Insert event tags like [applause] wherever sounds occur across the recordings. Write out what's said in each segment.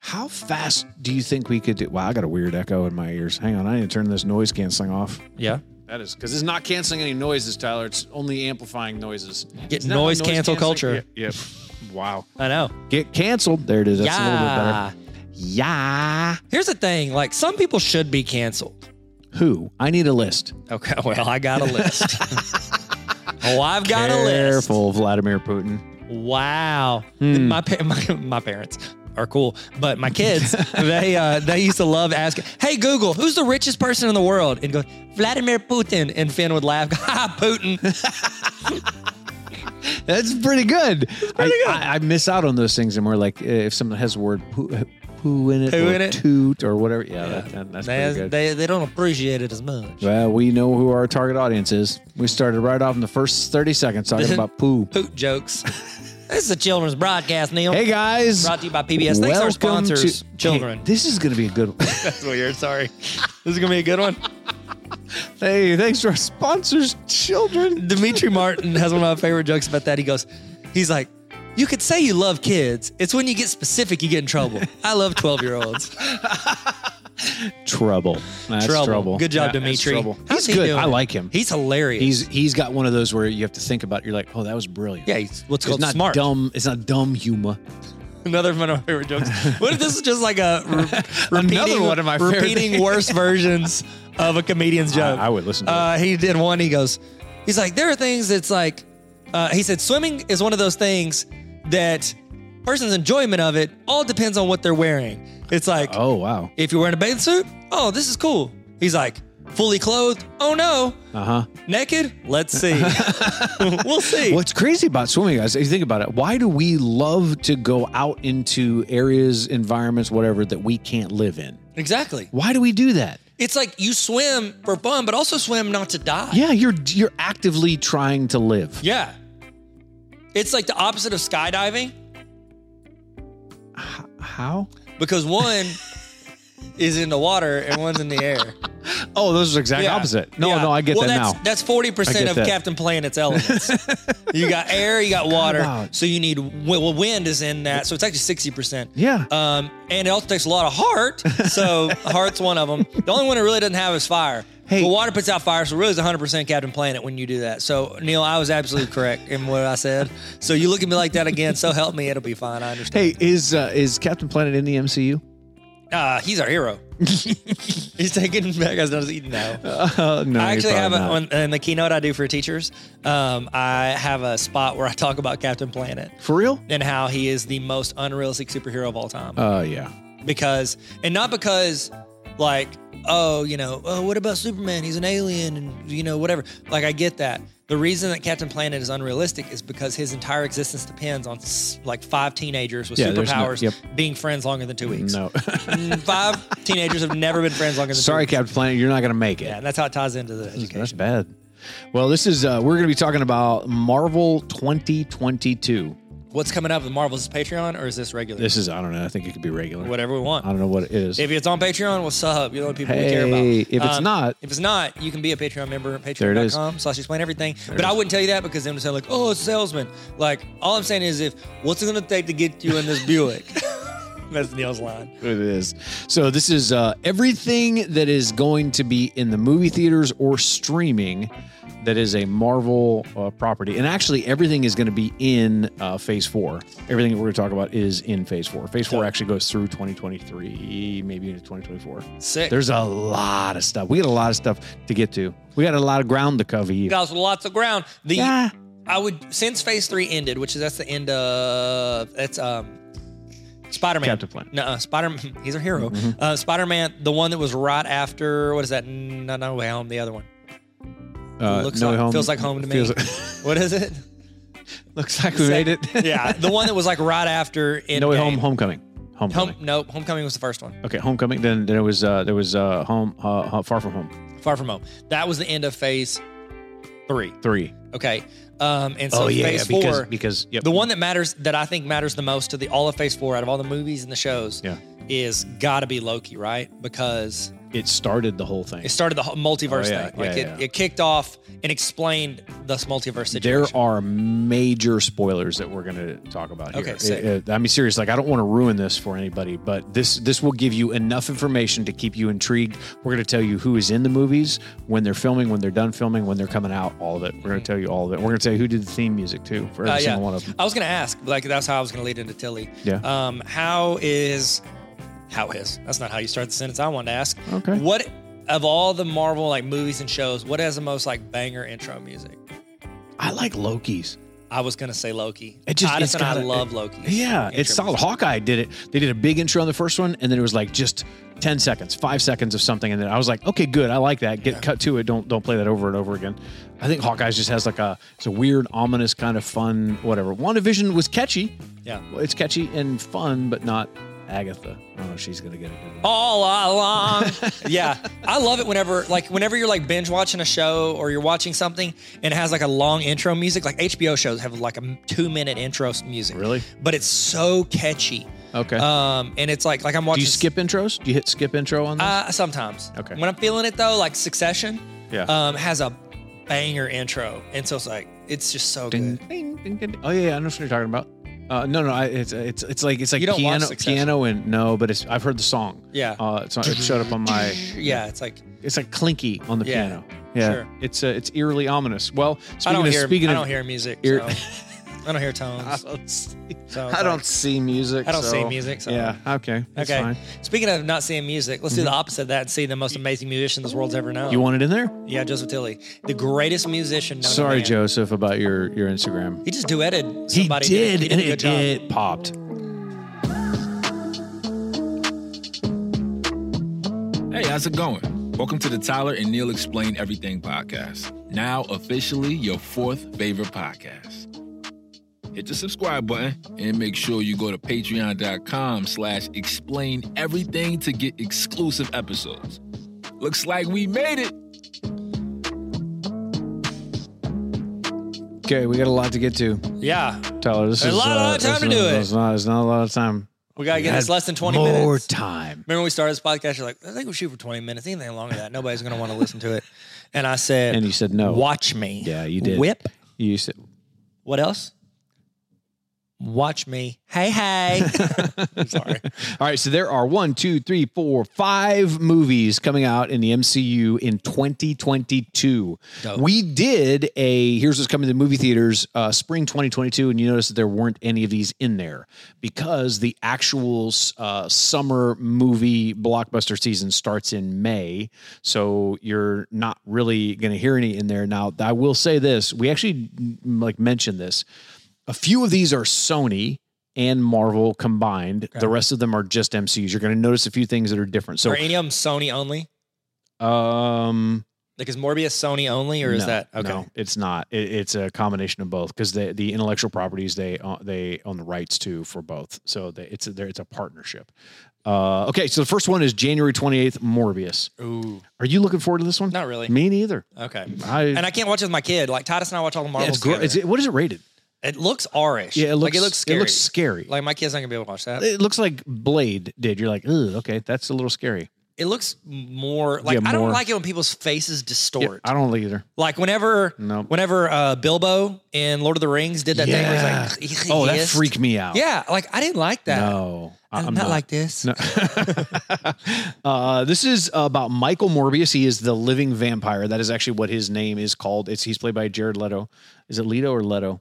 How fast do you think we could do? Wow, I got a weird echo in my ears. Hang on, I need to turn this noise canceling off. Yeah. That is because it's not canceling any noises, Tyler. It's only amplifying noises. Get Isn't that what noise cancel canceling- culture. Yeah, yeah. Wow. I know. Get canceled. There it is. That's yeah. a little bit better. Yeah. Here's the thing. Like some people should be canceled. Who? I need a list. Okay. [laughs] Well, I got [laughs] a list. oh, I've got a list. Careful, Vladimir Putin. Wow. Hmm. My, pa- [laughs] my my parents are cool, but [laughs] my kids they uh, they used to love asking, "Hey Google, who's the richest person in the world?" And go, "Vladimir Putin." And Finn would laugh, [laughs] "Ha, Putin." That's pretty good. I, I, I miss out on those things, and we're like, uh, if someone has the word poo, poo in it, Poo or in it? toot, or whatever. Yeah, that- that- that's they, pretty good. they they don't appreciate it as much. well, we know who our target audience is. We started right off in the first 30 seconds [laughs] talking about poo. Poot jokes. this is a children's broadcast, Neil. Hey, guys. Brought to you by PBS. Thanks to our Welcome sponsors, to- children. Hey, this is going to be a good one. [laughs] [laughs] That's weird. Sorry. This is gonna be a good one. hey, thanks to our sponsors, children. [laughs] Dimitri Martin has one of my favorite jokes about that. He goes, he's like, you could say you love kids. It's when you get specific, you get in trouble. I [laughs] love 12 year olds. Trouble. That's trouble. trouble. Good job, Yeah, that's Dimitri. trouble. He's How's he good. doing? I like him. He's hilarious. He's he's got one of those where you have to think about. You're like, oh, that was brilliant. yeah, he's what's it's called not smart. dumb. It's not dumb humor. Another one of my favorite jokes. What if this is just [laughs] like a re- Another repeating, one of my favorite repeating worse versions of a comedian's joke? I would listen to it. uh, He did one. He goes, he's like, there are things that's like, uh, he said, swimming is one of those things that person's enjoyment of it all depends on what they're wearing. It's like, Oh wow. If you're wearing a bathing suit, oh, this is cool. He's like, fully clothed? Oh no. Uh huh. Naked? Let's [laughs] see. we'll see. What's crazy about swimming, guys? If you think about it, why do we love to go out into areas, environments, whatever that we can't live in? Exactly. Why do we do that? It's like you swim for fun, but also swim not to die. Yeah, you're you're actively trying to live. Yeah. It's like the opposite of skydiving How? because [laughs] one is in the water and one's in the air. Oh, those are exact Yeah. opposite. No, Yeah. no, I get well, that that's, now. That's forty I percent get of that. Captain Planet's [laughs] elements. you got air, you got water, about- so you need wi- well, wind is in that, so it's actually sixty percent. Yeah. Um, and it also takes a lot of heart, [laughs] so heart's one of them. The only one it really doesn't have is fire. Hey. But water puts out fire, so it really it's 100% Captain Planet when you do that. So, Neil, I was absolutely correct in what I said. So, you look at me like that again, so help me, it'll be fine. I hey, understand. is uh, is Captain Planet in the MCU? Uh, he's our hero. [laughs] he's taking back as not eating now. Uh, [laughs] no, I you're actually have probably a, not. on, in the keynote I do for teachers. Um, I have a spot where I talk about Captain Planet for real. and how he is the most unrealistic superhero of all time. Uh, yeah. because, and not because, like, oh, you know, oh, what about Superman? He's an alien, and you know, whatever. Like, I get that. The reason that Captain Planet is unrealistic is because his entire existence depends on s- like five teenagers with Yeah, there's no- superpowers yep. being friends longer than two [laughs] weeks. [laughs] Mm, No. five teenagers have never been friends longer than two Sorry, weeks. Captain Planet, you're not gonna make it. Yeah, and that's how it ties into the education. That's bad. Well, this is uh, we're going to be talking about Marvel 2022. What's coming up with Marvel's is Patreon or is this regular? This is I don't know. I think it could be regular. Whatever we I want. don't know what it is. If it's on Patreon, what's up? You know what people we care about. Hey, if it's Um, not- if it's not, you can be a Patreon member at There it is. patreon.com slash explain everything. But I wouldn't tell you that because then it would sound like, oh, it's a salesman. Like, all I'm saying is if what's it gonna take to get you in this Buick? [laughs] That's Neil's line. it is. So this is uh, everything that is going to be in the movie theaters or streaming that is a Marvel uh, property, and actually everything is going to be in uh, Phase Four. Everything that we're going to talk about is in Phase Four. Phase Four actually goes through 2023, maybe into 2024. Sick. There's a lot of stuff. We got a lot of stuff to get to. We got a lot of ground to cover. here. guys with lots of ground. The Yeah. I would since phase three ended, which is that's the end of that's um Spider Man. Captain Planet. Mm-hmm. No, uh, Spider [laughs] Man. He's a hero. Uh, Spider Man, the one that was right after what is that? No, no way home. The other one Uh, looks No like, Home- feels like home to me. feels like- [laughs] what is it? [laughs] looks like we made it. [laughs] yeah, the one that was like right after Endgame. no way home. Homecoming. Homecoming. Home, nope, Homecoming was the first one. Okay, homecoming. Then then it was uh, there was uh, home uh, uh, far from home Far from home. That was the end of phase three. three. Okay. Um, and so Phase Four, Oh, because because yep. the one that matters that I think matters the most to the all of Phase Four out of all the movies and the shows, Yeah. is got to be Loki, right? Because it started the whole thing. it started the whole multiverse Oh, yeah, thing. Like yeah, it, yeah. it kicked off and explained this multiverse situation. There are major spoilers that we're going to talk about here. Okay, sick. It- it- I mean, serious. Like, I don't want to ruin this for anybody, but this this will give you enough information to keep you intrigued. We're going to tell you who is in the movies, when they're filming, when they're done filming, when they're coming out, all of it. We're going to tell you all of it. We're going to tell you who did the theme music too for every Mm-hmm. Uh, single one of them. I was going to ask, like that's how I was going to lead into Tilly. Yeah. Um, how is how is that's not how you start the sentence. I wanted to ask. Okay. What of all the Marvel like movies and shows, what has the most like banger intro music? I like Loki's. I was going to say Loki. It just- Addison, it's I gotta- love Loki. Yeah, it's solid. Hawkeye did it. They did a big intro on the first one, and then it was like just ten seconds, five seconds of something, and then I was like, okay, good, I like that. Get cut to it. Don't don't play that over and over again. I think Hawkeye just has like a it's a weird, ominous kind of fun, whatever. WandaVision was catchy. Yeah. Well, it's catchy and fun, but not Agatha. I don't know if she's gonna get it. did I? all along. [laughs] yeah, I love it whenever like whenever you're like binge watching a show or you're watching something and it has like a long intro music. Like HBO shows have like a two minute intro s- music. Really? but it's so catchy. Okay. Um, and it's like like I'm Do watching. you skip intros? Do you hit skip intro on that? Uh, sometimes. Okay. When I'm feeling it though, like Succession. Yeah. Um, has a banger intro, and so it's like it's just so ding, good. ding, ding, ding. Oh yeah, yeah, I know what you're talking about. Uh, no, no, I, it's it's it's like it's like You don't watch piano, Succession. piano, and no, but it's I've heard the song. Yeah. Uh, it's not, it showed up on my. yeah, it's like It's like clinky on the Yeah, piano. Yeah, sure. it's uh, it's eerily ominous. Well, speaking I don't of hear speaking I of, [laughs] don't hear [laughs] music. ear- so- I don't [laughs] hear tones. don't see, So it's I like- don't see music. I don't so- see music, so- Yeah, okay, that's Okay. fine. Mm-hmm. Speaking of not seeing music, let's do the opposite of that and see the most amazing musician this world's ever known. You want it in there? yeah, Joseph Tilly, the greatest musician. Known to Sorry, man. Joseph, about your your Instagram. He just duetted He somebody. did, He and a good it, job. it popped. Hey, how's it going? Welcome to the Tyler and Neil Explain Everything podcast. Now, officially your fourth favorite podcast. Hit the subscribe button and make sure you go to patreon.com slash explain everything to get exclusive episodes. Looks like we made it. Okay, we got a lot to get to, Yeah, Tyler. This A is lot- uh, lot of time this to is- do it. It's not. It's not a lot of time. we gotta get this Had less than twenty more minutes. time. Remember when we started this podcast? You're like, I think we shoot for twenty minutes. Anything longer than that, nobody's gonna want to listen to it. And I said, And you said no. Watch me. Yeah, you did. Whip. You said What else? Watch me. Hey, hey. [laughs] I'm sorry. All right, so there are one, two, three, four, five movies coming out in the MCU in 2022. Dope. We did a here's what's coming to movie theaters uh, spring 2022, and you notice that there weren't any of these in there because the actual uh, summer movie blockbuster season starts in May, so you're not really going to hear any in there. Now, I will say this: we actually mm, like mentioned this. A few of these are Sony and Marvel combined. The rest of them are just MCUs. You're going to notice a few things that are different. So, Are any of them Sony only? um, Like, is Morbius Sony only, or is no, that okay? No, it's not. It, it's a combination of both because the the intellectual properties they own, they own the rights to for both. So they, it's a, there- it's a partnership. Uh, okay, so the first one is January 28th, Morbius. Ooh, Are you looking forward to this one? not really. Me neither. Okay. I, And I can't watch it with my kid. Like Titus and I watch all the yeah, Marvels. it's gr- together. is it, what is it rated? it looks aurish. Yeah, it looks like it looks scary. It looks scary. like my kid's not gonna be able to watch that. It, it looks like Blade did. You're like, "Ugh, okay, that's a little scary. looks more like Yeah, I don't more. like it when people's faces Yeah, distort. I don't either. like whenever Nope. whenever uh, Bilbo in Lord of the Rings did that Yeah. thing where he's [laughs] like Oh, that hissed. freaked me out. Yeah, like I didn't like that. No, I- I'm, not, like this. No. [laughs] uh, this is about Michael Morbius. He is the living vampire. That is actually what his name is called. It's he's played by Jared Leto. Is it Leto or Leto?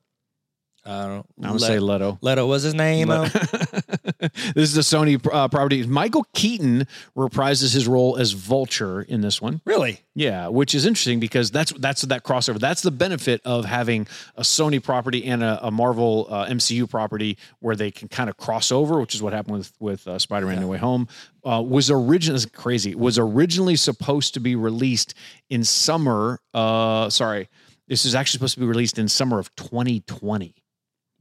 I don't I'm Let- gonna say Leto. Leto was his name. Le- [laughs] oh. this is a Sony uh, property. Michael Keaton reprises his role as Vulture in this one. really? Yeah, which is interesting because that's that's that crossover. That's the benefit of having a Sony property and a, a Marvel uh, MCU property where they can kind of cross over, which is what happened with with uh, Spider-Man: No Way Home. Uh, was originally crazy. Was originally supposed to be released in summer. Uh, sorry, this is actually supposed to be released in summer of 2020.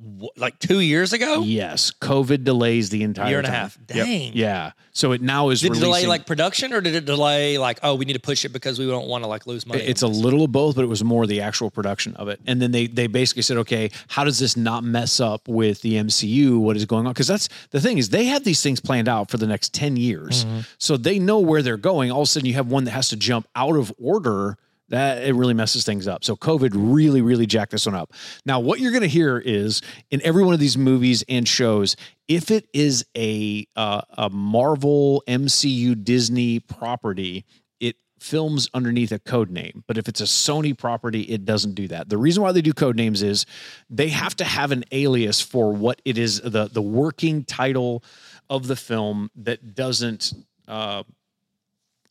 wh- like two years ago, Yes, COVID delays the entire Oh. year and time. a half. Yep. Dang. Yeah, so it now is Did it delay releasing- like production, or did it delay like oh we need to push it because we don't want to like lose money? It's a little of both, but it was more the actual production of it. And then they they basically said, okay, how does this not mess up with the MCU? What is going on? Because that's the thing is they have these things planned out for the next ten years, so they know where they're going. All of a sudden, you have one that has to jump out of order. That it really messes things up. So COVID really, really jacked this one up. Now, what you're going to hear is in every one of these movies and shows, if it is a uh, a Marvel MCU Disney property, it films underneath a code name. But if it's a Sony property, it doesn't do that. The reason why they do code names is they have to have an alias for what it is the the working title of the film that doesn't uh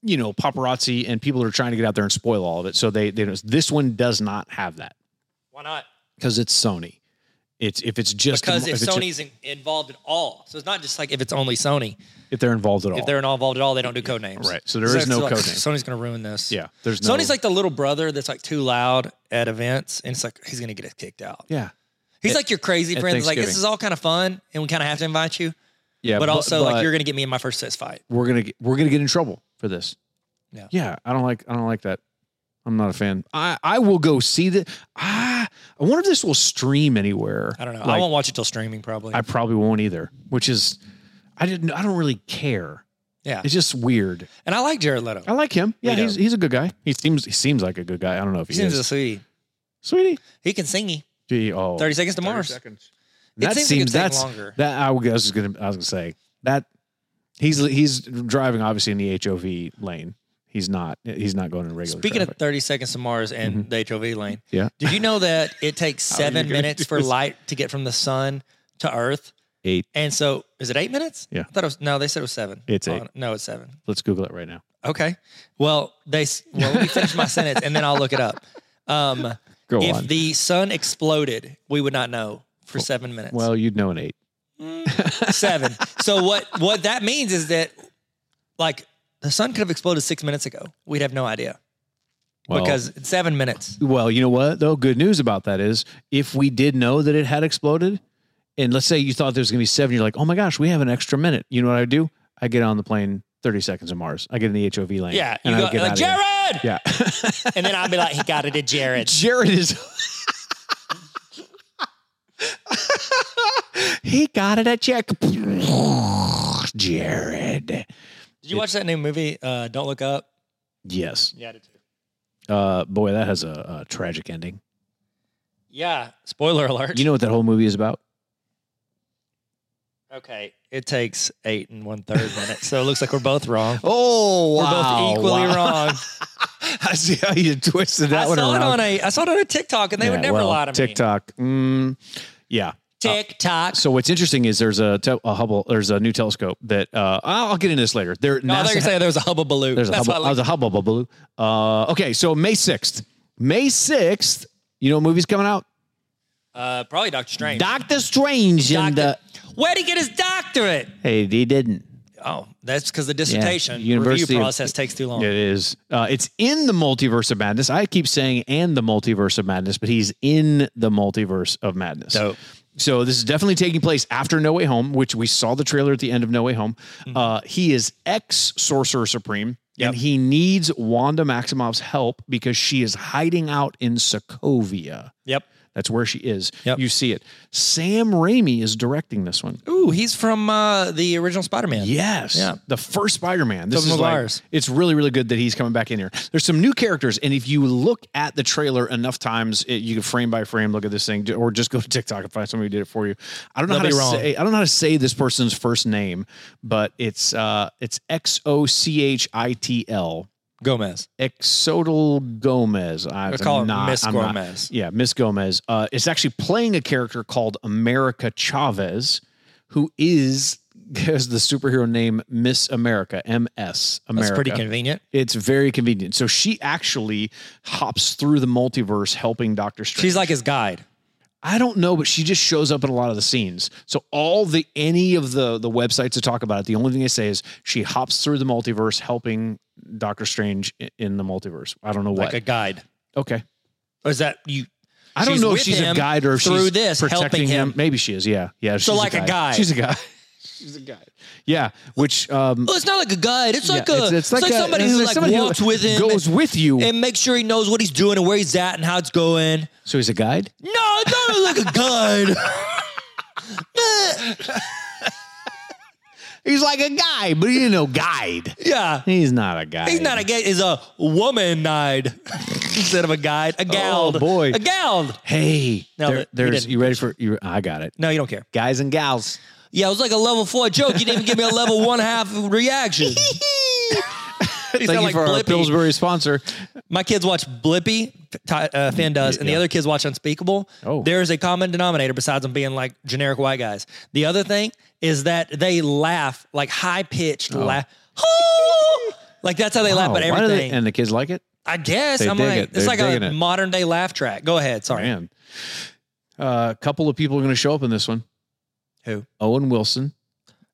you know, paparazzi and people are trying to get out there and spoil all of it. So they they don't- this one does not have that Why not? because it's Sony. It's if it's just Because if it's ju- Sony's in, involved at all, so it's not just like if it's only Sony. if they're involved at all. If they're not involved at all, they don't do code names. Right. So there So is no it's like, code name. Sony's gonna ruin this. yeah, there's no Sony's like the little brother that's like too loud at events, and it's like he's gonna get us kicked out. yeah. He's At- like your crazy at friend. that's Like this Thanksgiving. is all kind of fun, and we kind of have to invite you, Yeah, but also but- like you're gonna get me in my first fist fight. we're gonna get, we're gonna get in trouble for this. Yeah. yeah. I don't like I don't like that. I'm not a fan. I I will go see the. Ah, I wonder if this will stream anywhere. I don't know. I Like, won't watch it till streaming probably. I probably won't either. Which is, I didn't. I don't really care. yeah, It's just weird. and I like Jared Leto. I like him. Yeah, We he's, he's a good guy. He seems he seems like a good guy. I don't know if He he, seems is. a sweetie. Sweetie. He can sing. He Gee, oh, thirty seconds to Mars. seconds. It That seems, seems, like it'd take that's longer. that. I was just gonna I was gonna say that he's he's driving obviously in the HOV lane. He's not he's not going in regular. Speaking traffic. of thirty seconds to Mars and the HOV lane, Mm-hmm. Yeah. Did you know that [laughs] it takes How are you seven gonna minutes do for this? light to get from the sun to Earth? Eight. And so, is it eight minutes? Yeah. I thought it was. No, they said it was seven. It's eight. Oh, no, it's seven. Let's Google it right now. Okay. Well, they. s- Well, let me finish my sentence and then I'll look it up. Um, Go if on. the sun exploded, we would not know for seven minutes. well, you'd know an eight. [laughs] seven. So what? What that means is that, like, the sun could have exploded six minutes ago. We'd have no idea Well, because it's seven minutes. well, you know what though? Good news about that is if we did know that it had exploded, and let's say you thought there was gonna be seven, you're like, oh my gosh, we have an extra minute. You know what I do? I get on the plane 30 seconds of Mars. I get in the HOV lane. Yeah. You and I go get out like of here. Jared, [laughs] Yeah, and then I'd be like, he got it [laughs] to Jared. Jared is. he got it at check. Jared. Did you watch that new movie? Uh, Don't look up. Yes. Yeah, I did too. Uh, boy, that has a, a tragic ending. Yeah. Spoiler alert. You know what that whole movie is about? okay. It takes eight and one third minutes, so it looks like we're both wrong. Oh, We're both equally wrong. I see how you twisted [laughs] that I one saw it around. on a I saw it on a TikTok, and they Yeah, would never well, lie to TikTok. Mm, yeah. me. TikTok. So what's interesting is there's a, te- a Hubble, there's a new telescope that uh, I'll I'll get into this later. There, No, Oh, I thought you NASA were saying there was a hubba baloo. There's a That's hubble, why I I was a hubble bubble. Uh, okay, so May 6th. May 6th, you know what movie's coming out? Uh, probably Doctor Strange. Doctor Strange and uh, Doctor- the Where'd he get his doctorate? Hey, he didn't. Oh, that's because the dissertation University review of- process takes too long. It is. Uh, it's in the multiverse of madness. I keep saying and the multiverse of madness, but he's in the multiverse of madness. Dope. So this is definitely taking place after No Way Home, which we saw the trailer at the end of No Way Home. Mm-hmm. Uh, he is ex Sorcerer Supreme, and he needs Wanda Maximoff's help because she is hiding out in Sokovia. Yep. That's where she is. Yep. You see it. Sam Raimi is directing this one. Ooh, he's from uh, the original Spider-Man. Yes. Yeah. The first Spider-Man. This Tobey is like, Maguire's. it's really, really good that he's coming back in here. There's some new characters, and if you look at the trailer enough times, it, you can frame by frame look at this thing, or just go to TikTok and find somebody who did it for you. I don't know They'll be how wrong. to say. I don't know how to say this person's first name, but it's uh, it's X O C H I T L. Gomez. Exotal Gomez. I Let's call her not, Miss I'm not- Gomez. yeah, Miss Gomez. Uh, is actually playing a character called America Chavez, who is [laughs] has the superhero name Miss America. M S America. That's pretty convenient. It's very convenient. So she actually hops through the multiverse helping Doctor Strange. She's like his guide. I don't know, but she just shows up in a lot of the scenes. So all the any of the the websites that talk about it, the only thing they say is she hops through the multiverse helping Doctor Strange i- in the multiverse. I don't know what. Like a guide. okay. Or is that you? I don't know if with she's a him guide or if through she's this helping protecting him. Maybe she is. Yeah, yeah. So she's like a guide. She's a guy. she's a guy. Yeah, which um, Well, it's not like a guide. It's yeah, like a. It's, like, somebody it's who like like somebody who walks with him, goes with you. and, and makes sure he knows what he's doing and where he's at and how it's going. so he's a guide. No, it's not like a guide. [laughs] He's like a guy, but he's no guide. yeah, He's not a guy. he's not a guy. He's a woman eyed [laughs] instead of a guide. A gal. Oh, boy. A gal. Hey, No, there- but he there's didn't. you ready for you? I got it, No, you don't care. guys and [laughs] gals. Yeah, it was like a level four joke. You didn't even give me a level [laughs] one half reaction. [laughs] He's Thank you for our Pillsbury sponsor. My kids watch Blippy, Ty- uh, Finn does, and the Yeah. other kids watch Unspeakable. Oh. There is a common denominator besides them being like generic white guys. The other thing is that they laugh like high pitched laugh. [laughs] like that's how they Oh, laugh at why do they- everything. and the kids like it. I guess They I'm dig like it. it's They're like a digging it. modern day laugh track. Go ahead, sorry. Man, a couple of people are going to show up in this one. Who? Owen Wilson,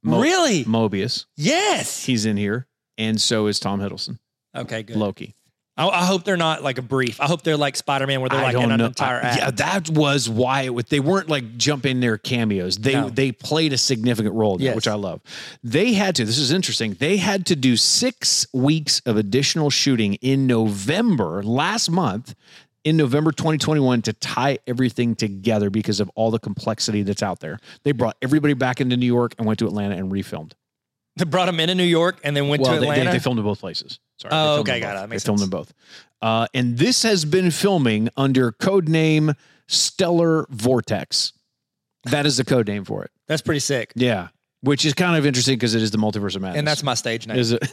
Mo- really? Mobius. yes. He's in here, and so is Tom Hiddleston, Okay, good. Loki. I, I hope they're not like a brief. I hope they're like Spider Man where they're like in an entire I- act. yeah, that was why it was, they weren't like jump in their cameos. They No. they played a significant role in that, Yes. which I love. They had to. This is interesting. They had to do six weeks of additional shooting in November last month. In November 2021, to tie everything together because of all the complexity that's out there, they brought everybody back into New York and went to Atlanta and refilmed. They brought him into New York and then went well, to they- Atlanta. They, they filmed in both places. Sorry. Oh, they filmed in okay, got both. it. That makes they filmed in both. Uh, and this has been filming under code name Stellar Vortex. That is the code name for it. that's pretty sick. Yeah, which is kind of interesting because it is the multiverse of madness. And that's my stage name. [laughs] is it.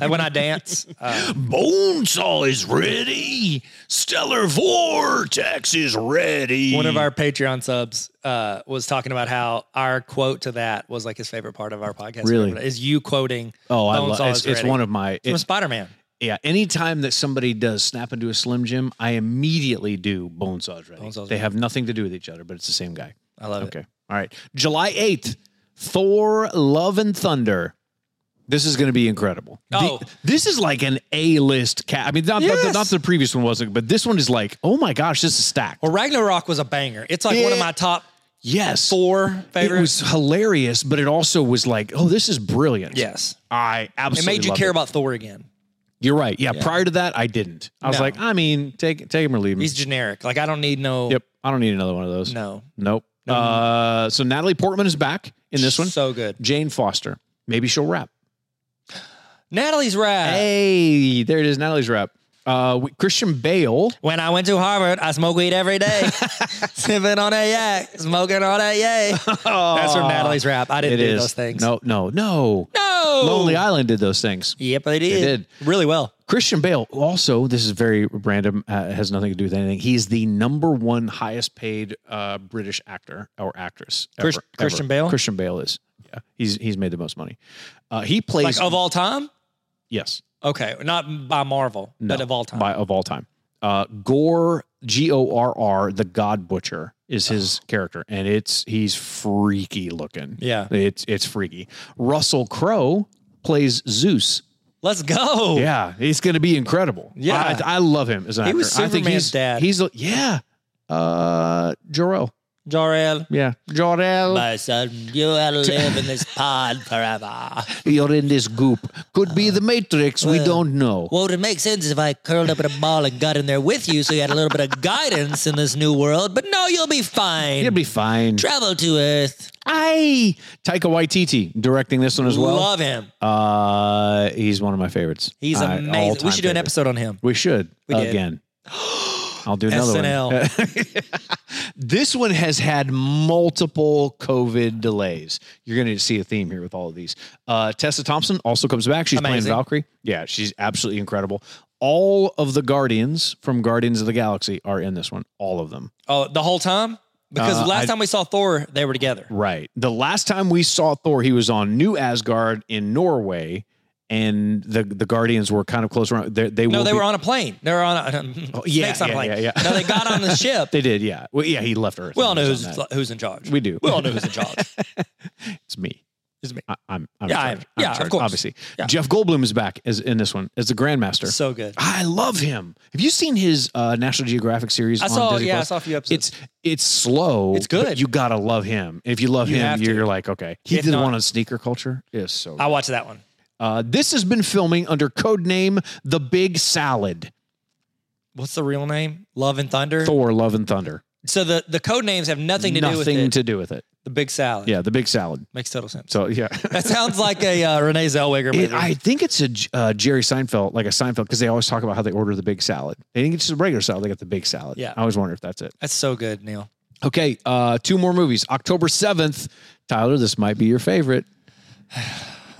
And when [laughs] I dance, uh, Bonesaw is ready. Stellar Vortex is ready. one of our Patreon subs uh, was talking about how our quote to that was like his favorite part of our podcast. Really? is you quoting oh, I Bonesaw love is it's, it's ready. one of my from it's, Spider Man. yeah. Anytime that somebody does snap into a Slim Jim, I immediately do Bonesaw is ready. Bonesaw's they ready. have nothing to do with each other, but it's the same guy. I love it. Okay. All right. July 8th, Thor, Love and Thunder. This is going to be incredible. The- Oh. this is like an A list cat. I mean, not, not- Yes. not the previous one wasn't, but this one is like, oh my gosh, this is stacked. Well, Ragnarok was a banger. It's like one of Yeah. my top yes. four It favorites. was hilarious, but it also was like, oh, this is brilliant. yes, I it absolutely made you love Mm-hmm. care about Thor again. You're right. Yeah, Prior to that, I didn't. I was No. like, I mean, take take him or leave him. He's generic. Like I don't need no. yep. I don't need another one of those. No. Nope. Uh, so Natalie Portman is back in this one. So good. Jane Foster. Maybe she'll rap. Natalie's rad. Hey, there it is. Natalie's rap. Uh, we- Christian Bale. When I went to Harvard, I smoked weed every day, [laughs] sipping on a yak, smoking on a yay. That's from Natalie's rap. I didn't Ah, It do is. those things. No, no, no. No. Lonely Island did those things. Yep, they did. did. Really well. Christian Bale. Also, this is very random. Uh, has nothing to do with anything. He's the number one highest paid uh, British actor or actress. ever- Chris- Christian ever. Bale? Christian Bale is. Yeah, he's he's made the most money. Uh, he plays. Like of all time? yes. Okay. Not by Marvel, No, but of all time. by of all time. Uh, Gore G O R R, the God Butcher, is Oh. his character, and it's he's freaky looking. Yeah. it's it's freaky. Russell Crowe plays Zeus. Let's go. Yeah, he's going to be incredible. Oh. Yeah. I, I love him as an He actor. was I think Superman's he's dad. He's a- yeah, uh, Jor-El. Jor-El. Yeah, Jor-El. My son, you will live in this pod forever. You're in this goop. Could be the Matrix. we Uh, well, don't know. What would make sense is if I curled up in a ball and got in there with you so you had a little bit of guidance in this new world, but no, you'll be fine. It'll be fine. Travel to Earth. I Taika Waititi directing this one as well. Love him. Uh, he's one of my favorites. He's Uh, amazing. all-time We should do an favorite. episode on him. We should We did. [gasps] again. I'll do another one. [laughs] this one has had multiple COVID delays. You're going to see a theme here with all of these. Uh, Tessa Thompson also comes back. She's Amazing. playing Valkyrie. Yeah, she's absolutely incredible. All of the Guardians from Guardians of the Galaxy are in this one. All of them. Oh, the whole time? Because Uh, last I- time we saw Thor, they were together. Right. The last time we saw Thor, he was on New Asgard in Norway, and the the Guardians were kind of close around. They, they No, will they be- Oh, were on a plane. They were on a [laughs] yeah, snakes on a yeah, plane. yeah, yeah. No, they got on the [laughs] ship. They did, yeah. Well, yeah, he left Earth. we all know He who's was on that. [laughs] who's in charge. We do. We all know who's in charge. It's me. It's me. I, I'm, I'm Yeah, charged. I- yeah, I'm of charged, course. Obviously, Yeah. Jeff Goldblum is back as in this one as the Grandmaster. So good. I love him. Have you seen his uh, National Geographic series? I on saw. Disney Yeah, I Plus? saw a few episodes. It's it's slow. It's good. but You gotta love him. If you love You him, have to. you're, you're like okay. He If did not- one on sneaker culture. Is so. I watched that one. Uh, this has been filming under code name The Big Salad. What's the real name? Love and Thunder. Thor: Love and Thunder. So the the code names have nothing to do with Nothing it. to do with it. the Big Salad. Yeah, The Big Salad. makes total sense. [laughs] So yeah. [laughs] That sounds like a uh, Renee Zellweger movie. It, I think it's a J- uh, Jerry Seinfeld, like a Seinfeld, because they always talk about how they order the big salad. They didn't get just a regular salad; they got the big salad. Yeah. I always wonder if that's it. That's so good, Neil. Okay, uh, two more movies. October seventh, Tyler, this might be your [sighs] favorite.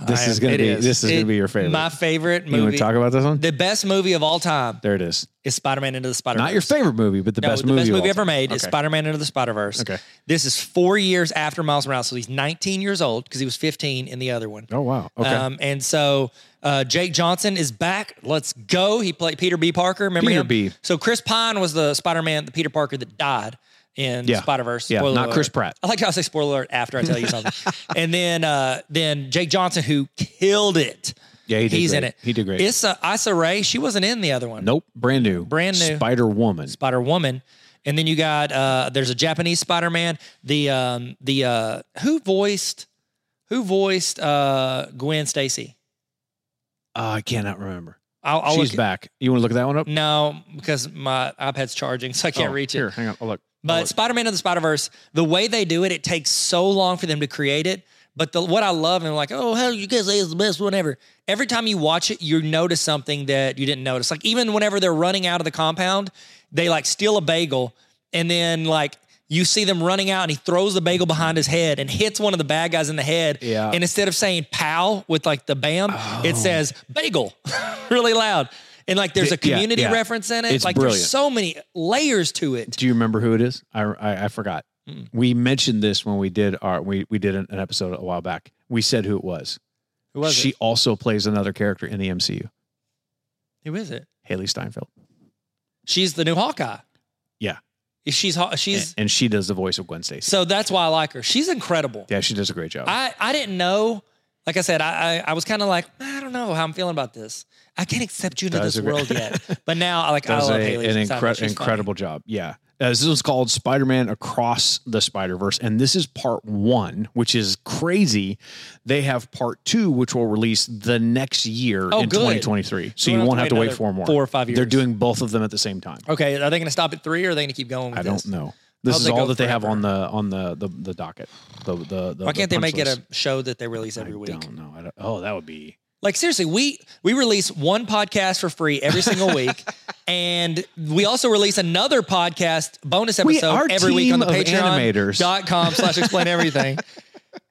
This I is am- gonna it be this is It- gonna be your favorite. My favorite you want movie. to talk about this one? the best movie of all time There it is. is Spider-Man Into the Spider-Verse. Not your favorite movie, but the No, best the movie. best of movie all ever time. made is Okay. Spider-Man Into the Spider-Verse. Okay. This is four years after Miles Morales, so he's 19 years old because he was 15 in the other one. Oh wow. Okay. Um, and so uh, Jake Johnson is back. Let's go. He played Peter B. Parker. Remember Peter him? B. So Chris Pine was the Spider Man, the Peter Parker that died in Yeah. Spider Verse. Yeah, not Chris Pratt. I like how I say spoiler alert after I tell you [laughs] something. and then uh, then Jake Johnson, who killed it. yeah, he did He's great. in it. He did great. Issa, Issa Rae, she wasn't in the other one. nope. Brand new. Brand new. Spider Woman. Spider Woman. And then you got uh, there's a Japanese Spider Man. The um, the uh, who voiced who voiced uh, Gwen Stacy. Uh, I cannot remember. I'll, I'll She's look, back. You want to look that one up? No, because my iPad's charging, so I can't Oh, reach Here, it. hang on. I'll look. But Spider Man and the Spider Verse, the way they do it, it takes so long for them to create it. But the, what I love and like, oh, hell, you guys say it's the best one ever. Every time you watch it, you notice something that you didn't notice. Like even whenever they're running out of the compound, they like steal a bagel, and then like you see them running out, and he throws the bagel behind his head and hits one of the bad guys in the head. Yeah. Oh. And instead of saying "pow" with like the bam, it says "bagel" [laughs] really loud. And like there's a Yeah, community yeah. reference in it. It's like brilliant. there's so many layers to it. Do you remember who it is? I I, I forgot. Mm-mm. We mentioned this when we did our we we did an, an episode a while back. We said who it was. Who was she it? also plays another character in the MCU. Who is it? Haley Steinfeld, She's the new Hawkeye. Yeah. She's Haw- she's and, and she does the voice of Gwen Stacy. so that's why I like her. She's incredible. yeah, she does a great job. I I didn't know. Like I said, I I, I was kind of like I don't know how I'm feeling about this. I can't accept you into Does this a great- [laughs] world yet. But now I like I does love a- Haley. an Steinfeld. incre- She's funny. incredible job. Yeah. Uh, this one's called Spider Man Across the Spider Verse. And this is part one, which is crazy. They have part two, which will release the next year Oh, in good. 2023. So We you don't won't have to wait another four more. four or five years. They're doing both of them at the same time. Okay, are they going to stop at three or are they going to keep going? With I don't this? know. This How'd is they all go that they have forever? on the on the the, the docket. The the, the Why can't the they make punch list. it a show that they release every I week? don't know. I don't, oh, that would be Like seriously, we we release one podcast for free every [laughs] single week, and we also release another podcast bonus We- episode our every week on the team of animators. Patreon.com [laughs] slash explain everything.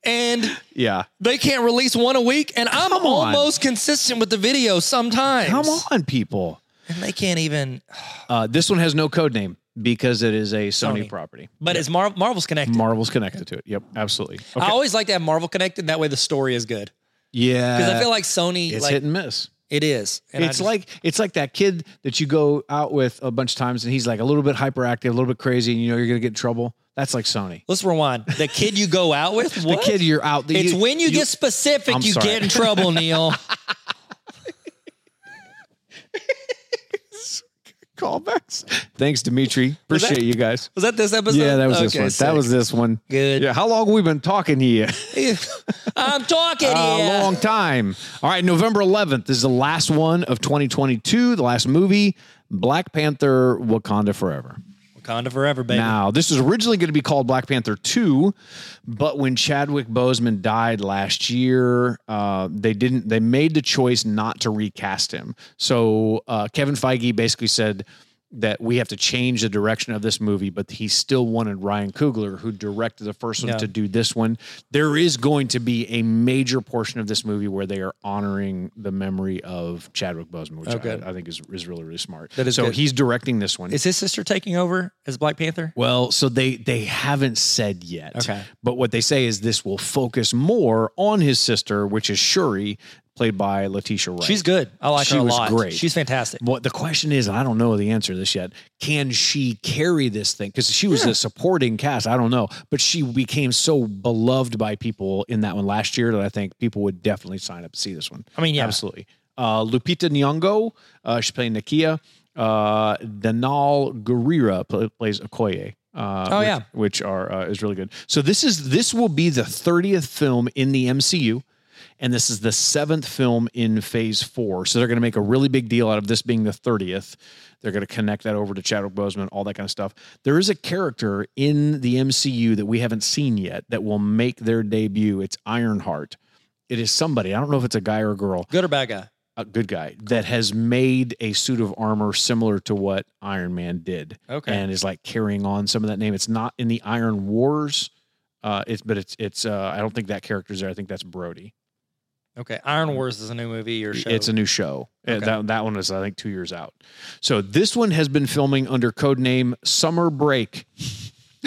And yeah. they can't release one a week, and I'm Come on. almost consistent with the video sometimes. Come on, people. And they can't even Uh, this one has no code name because it is a Sony, Sony. property. but it's Mar- Marvel's connected. Marvel's connected to it. Yep, absolutely. Okay. I always like to have Marvel connected, that way the story is good. yeah, Because I feel like Sony Uh, it's like hit and miss. it is. And I it's just- like it's like that kid that you go out with a bunch of times and he's like a little bit hyperactive, a little bit crazy, and you know you're gonna get in trouble. That's like Sony. let's rewind. The kid you go out with, [laughs] The what? kid you're out. The, It's when you, get specific, I'm you sorry. get in trouble, Neil. [laughs] callbacks. Thanks, Dimitri. Was that- Appreciate you guys. Was that this episode? Yeah, that was this Okay, one. That was this one. Good. Yeah, how long we been talking [laughs] here? sick. I'm talking A here. Uh, long time. All right, November 11th this is the last one of 2022, the last movie, Black Panther: Wakanda Forever. Wakanda forever, baby. Now, this was originally going to be called Black Panther 2, but when Chadwick Boseman died last year, uh, they didn't they made the choice not to recast him. So, uh, Kevin Feige basically said that we have to change the direction of this movie, but he still wanted Ryan Coogler, who directed the first one, Yeah. to do this one. There is going to be a major portion of this movie where they are honoring the memory of Chadwick Boseman, which Oh, good. I, I think is, is really, really smart. That is so good. he's directing this one. Is his sister taking over as Black Panther? Well, so they they haven't said yet. Okay. But what they say is this will focus more on his sister, which is Shuri, played by Letitia Wright. She's good. I like She her a was lot. great. She's fantastic. What the question is, and I don't know the answer to this yet. Can she carry this thing? Because she was Yeah. a supporting cast. I don't know, but she became so beloved by people in that one last year that I think people would definitely sign up to see this one. I mean, yeah. Absolutely. Uh, Lupita Nyong'o, uh, she's playing Nakia. Uh, Danal Gurira pl- plays Okoye. Uh, Oh, which, yeah. which are uh, is really good. So this is this will be the thirtieth film in the MCU, and this is the seventh film in Phase Four. So they're going to make a really big deal out of this being the thirtieth. They're going to connect that over to Chadwick Boseman, all that kind of stuff. There is a character in the MCU that we haven't seen yet that will make their debut. It's Ironheart. It is somebody. I don't know if it's a guy or a girl Good or bad guy? a good guy that has made a suit of armor similar to what Iron Man did, Okay. and is like carrying on some of that name. It's not in the Iron Wars, uh, it's but it's it's. Uh, I don't think that character's there. I think that's Brody. okay. Iron Wars is a new movie or show. It's a new show. Uh, Okay. That that one is I think two years out. So this one has been filming under code name Summer Break. [laughs]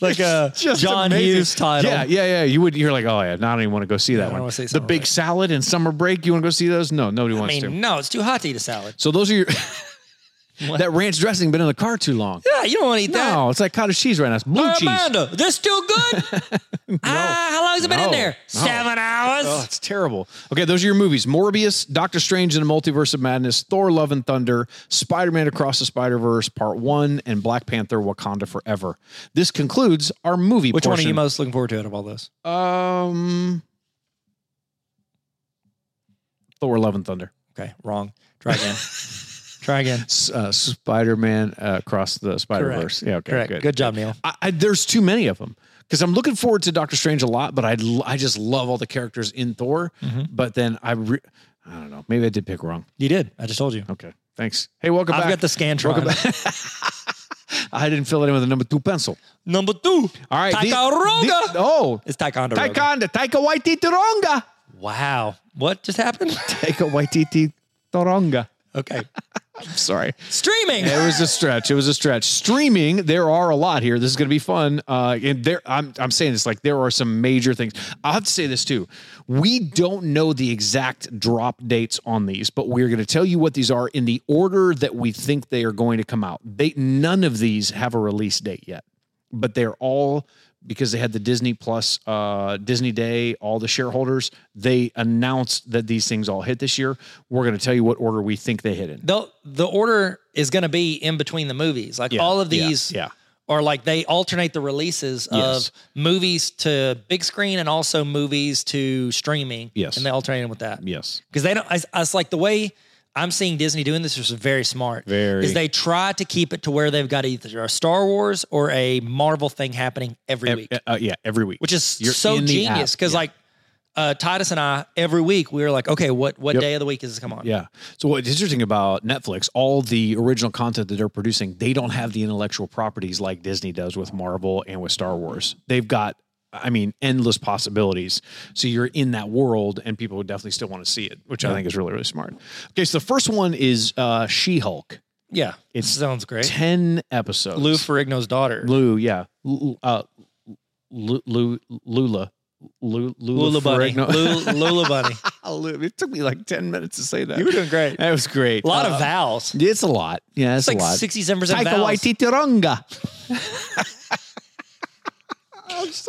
like a Just John amazing. Hughes title. Yeah, yeah, yeah. You would. You're like, oh yeah. Now I don't even want to go see I that don't one. wanna see the Summer Big Break. Salad and Summer Break. You want to go see those? No, nobody I wants mean, to. no, it's too hot to eat a salad. So those are your. [laughs] [laughs] What? that ranch dressing been in the car too long. Yeah, you don't want to eat that. No, it's like cottage cheese right now. It's blue Oh, cheese. Amanda, this [laughs] still good? Ah, how long has it been in No. there? No. Seven hours. Oh, it's terrible. Okay, those are your movies: Morbius, Doctor Strange and the Multiverse of Madness, Thor: Love and Thunder, Spider-Man Across the Spider-Verse Part One, and Black Panther: Wakanda Forever. This concludes our movie. Which one are portion. you most looking forward to out of all those? Um, Thor: Love and Thunder, Okay, wrong. Try again. Try again. S- uh, Spider-Man uh, Across the Spider-Verse. Yeah, okay, Correct. good. Good, job, Neil. I, I, there's too many of them because I'm looking forward to Doctor Strange a lot, but I I just love all the characters in Thor. Mhm. But then I re- I don't know. Maybe I did pick wrong. You did. I just told you. Okay, thanks. Hey, welcome I've back. got the welcome back. Scantron. I didn't fill it in with a number two pencil. [laughs] Number two. All right, the- Ticonderoga. the- oh, It's Ticonderoga. Taekwondo, Taika Waititironga. Wow. What [laughs] just happened? Taika Waititironga. okay. I'm sorry. Streaming. It was a stretch. It was a stretch. Streaming, there are a lot here. This is going to be fun. Uh, and there, I'm, I'm saying this like there are some major things. I have to say this too. We don't know the exact drop dates on these, but we're going to tell you what these are in the order that we think they are going to come out. They none of these have a release date yet, but they're all because they had the Disney Plus, uh, Disney Day, all the shareholders. They announced that these things all hit this year. We're going to tell you what order we think they hit in. the the order is going to be in between the movies. Like all of Yeah, these yeah. are like they alternate the releases Yes. of movies to big screen and also movies to streaming. Yes. and they alternate them with that Yes. because they don't. It's, it's like the way I'm seeing Disney doing this is very smart. Very. is they try to keep it to where they've got either a Star Wars or a Marvel thing happening every Ev- week. Uh, yeah, every week. which is You're so in the genius app, because yeah. like uh, Titus and I every week we were like, okay, what what day of the week is this come on? yeah. So what's interesting about Netflix, all the original content that they're producing, they don't have the intellectual properties like Disney does with Marvel and with Star Wars. They've got I mean, endless possibilities. So you're in that world, and people would definitely still want to see it, which I think is really, really smart. Okay, so the first one is uh, She Hulk, yeah, it It's [laughs] sounds great. 10 episodes. Lou Ferrigno's daughter, Lou, yeah. L- uh, Lu- Lu- Lula. Lu- Lula. Lula Bunny, Ferrigno. Lula, Lula Bunny. [laughs] Lou- it took me like 10 minutes to say that. You were doing great. That was great. A lot Uh, of vowels. It's a lot. Yeah, it's, It's like a lot. sixty-seven percent Taika vowels. Waititironga.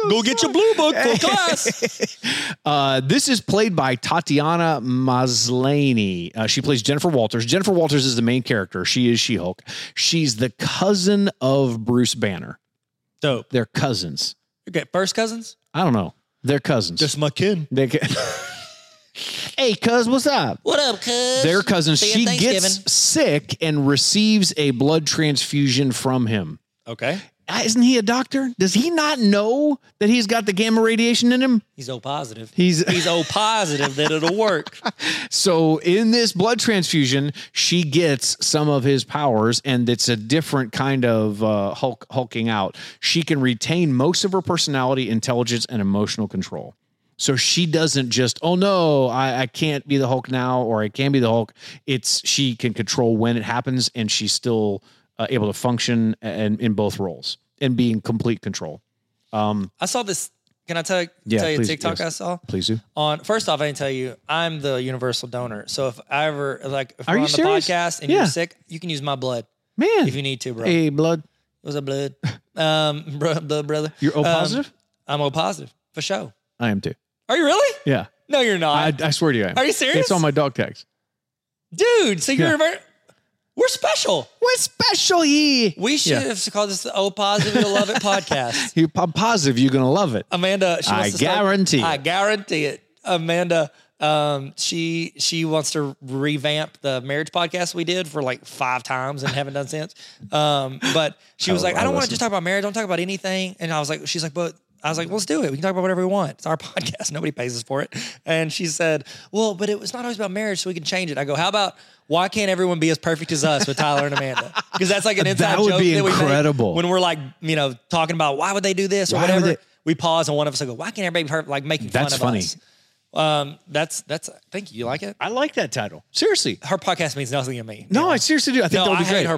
Go get your blue book for [laughs] class. Uh, this is played by Tatiana Maslany. Uh, she plays Jennifer Walters. Jennifer Walters is the main character. She is She Hulk. She's the cousin of Bruce Banner. Dope. They're cousins. Okay, first cousins. I don't know. They're cousins. my kin. They ca- [laughs] hey, cuz, what's up? What up, cuz? Their cousin, See you she Thanksgiving. gets sick and receives a blood transfusion from him. Okay, Uh, Isn't he a doctor? Does he not know that he's got the gamma radiation in him? he's O positive. He's He's O positive that it'll work. [laughs] so in this blood transfusion, she gets some of his powers, and it's a different kind of uh, hulk hulking out. She can retain most of her personality, intelligence, and emotional control. So she doesn't just, oh no, I, I can't be the Hulk now, or I can be the Hulk. It's she can control when it happens, and she's still uh, able to function and in both roles and be in complete control. I saw this Can I tell, Yeah, tell you please, a TikTok yes. I saw? Please do. On first off, I can tell you I'm the universal donor. So if I ever like if Are we're you on the serious? podcast and Yeah. you're sick, you can use my blood Man. if you need to, bro. hey, blood. What's up, blood? Um, [laughs] bro, blood brother. You're O Um, positive? I'm O positive for sure. I am too. Are you really? Yeah. No, you're not. I, I swear to you, I am. Are you serious? It's on my dog tags. Dude, so you're Yeah. rever- we're special. We're special here. We should Yeah. have called this the O Positive [laughs] You'll Love It podcast. You, I'm positive you're going to love it. Amanda, she wants I to start- guarantee I it. guarantee it. Amanda, um, she she wants to revamp the marriage podcast we did for like five times and haven't done since. Um, but she was Oh, like, I I don't want to listen. just talk about marriage. Don't talk about anything. And I was like, she's like, but. I was like, let's do it. We can talk about whatever we want. It's our [laughs] podcast. Nobody pays us for it. And she said, well, but it was not always about marriage, so we can change it. I go, how about why can't everyone be as perfect as us with Tyler and Amanda? Because [laughs] that's like an inside would joke be that we make incredible. when we're like, you know, talking about why would they do this or Why would whatever they- we pause and one of us will go, "Why can't everybody be perfect?" Like making That's fun funny. of us. Um, that's that's. Thank you. You like it? I like that title. Seriously. Her podcast means nothing to me. No, I seriously do. I think no, that would I be great. hate her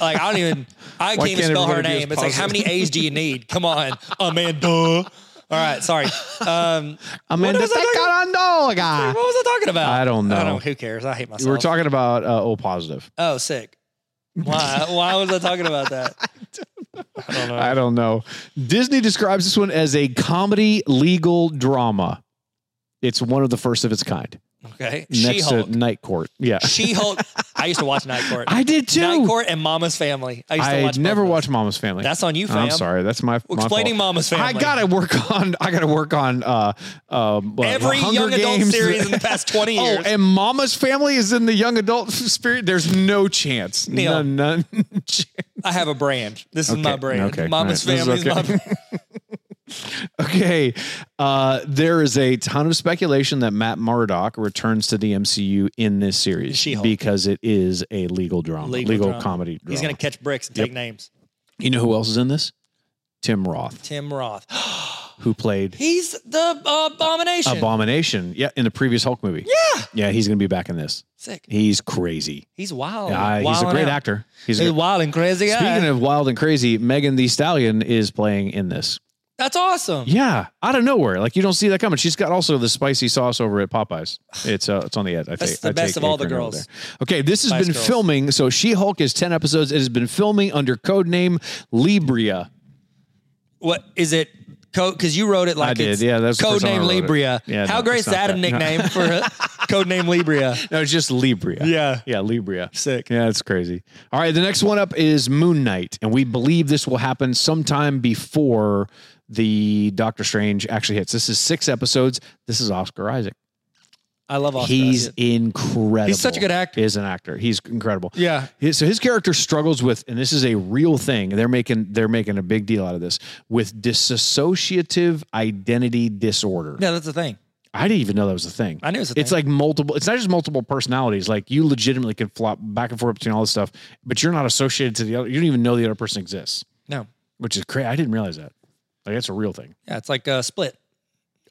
[laughs] I, like I don't even. I can't even can't spell her everybody be as name. It's like how positive? many A's do you need? Come on, Amanda. All right, sorry. [laughs] Um, Amanda What was I talking what Tecaradoga. was I talking about? I don't know. Who cares? I hate myself. We're talking about uh, O positive. Oh, sick. Why? Why was I talking about that? [laughs] I don't know. I don't know. Disney describes this one as a comedy legal drama. It's one of the first of its kind. Okay. She Next Hulk. to Night Court. Yeah. She Hulk. I used to watch Night Court. I did too. Night Court and Mama's Family. I used to I watch. both never of those. watched Mama's Family. Oh, That's on you, fam. I'm sorry. That's my, my Explaining fault. Mama's Family. I gotta work on. I gotta work on. Uh, um, uh, every Hunger young adult Games. series in the [laughs] past twenty Oh, years. and Mama's Family is in the young adult [laughs] spirit. There's no chance. Neil. None, none [laughs] chance. I have a brand. This is my Okay, brand. okay, Mama's all right, Family this is is my okay. [laughs] Okay. Uh, there is a ton of speculation that Matt Murdock returns to the MCU in this series She-Hulk. because it is a legal drama, legal, drama. comedy drama. He's gonna catch bricks and take names. you know who else is in this? Tim Roth, Tim Roth. [gasps] who played He's the abomination. Abomination. Yeah, in the previous Hulk movie. yeah. Yeah, he's going to be back in this. Sick. He's crazy. He's Oh, wild. Yeah, he's a Wildin' great out. actor. He's a He's good- wild and crazy. Speaking guy. of wild and crazy, Megan the Stallion is playing in this. that's awesome. Yeah, out of nowhere, like you don't see that coming. She's got also the spicy sauce over at [sighs] Popeyes. It's uh, it's on the edge. I That's take, the I best take of all the Akron over girls. there. Okay, this has Spice been girls. filming. So She Hulk is ten episodes. It has been filming under code name Libria. What is it? Because you wrote it like I did. it's Yeah, that's the code first time I name wrote it. Libria. Yeah, How no, great is it's that, not a that. [laughs] No. nickname for a code name Libria? No, it's just Libria. Yeah. yeah, Libria. Sick. Yeah, that's crazy. All right, the next one up is Moon Knight, and we believe this will happen sometime before the Doctor Strange actually hits. This is six episodes. This is Oscar Isaac. I love Oscar. He's Isaac. incredible. He's such a good actor. Is an actor. He's incredible. Yeah. His, so his character struggles with, and this is a real thing. They're making they're making a big deal out of this with dissociative identity disorder. yeah, that's the thing. I didn't even know that was a thing. I knew it was a It's thing. like multiple. It's not just multiple personalities. Like you legitimately can flop back and forth between all this stuff, but you're not associated to the other. You don't even know the other person exists, No. which is crazy. I didn't realize that. Like that's a real thing. Yeah, it's like a split.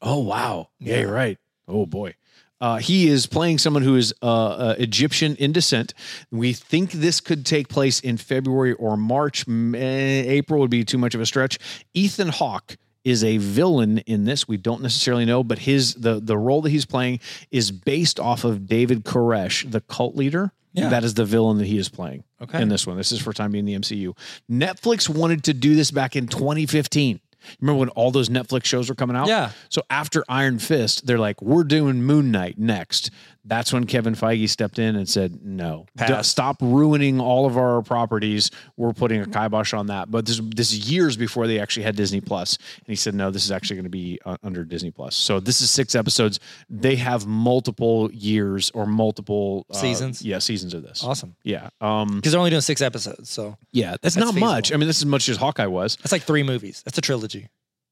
Oh wow! Yeah, you're right. Oh boy, uh, he is playing someone who is uh, uh, Egyptian in descent. We think this could take place in February or March. May, April would be too much of a stretch. Ethan Hawke is a villain in this. We don't necessarily know, but his the the role that he's playing is based off of David Koresh, the cult leader. Yeah. That is the villain that he is playing Okay. in this one. This is for time being the MCU. Netflix wanted to do this back in 2015. Remember when all those Netflix shows were coming out? Yeah. So after Iron Fist, they're like, we're doing Moon Knight next. That's when Kevin Feige stepped in and said, no, Pass. Duh, stop ruining all of our properties. We're putting a kibosh on that. But this, this is years before they actually had Disney Plus. And he said, no, this is actually going to be uh, under Disney Plus. So this is six episodes. They have multiple years or multiple uh, Seasons. Oh. Yeah, seasons of this. Awesome. Yeah. Um, Because they're only doing six episodes, so yeah, that's, That's not feasible. much. I mean, this is as much as Hawkeye was. that's like three movies. That's a trilogy.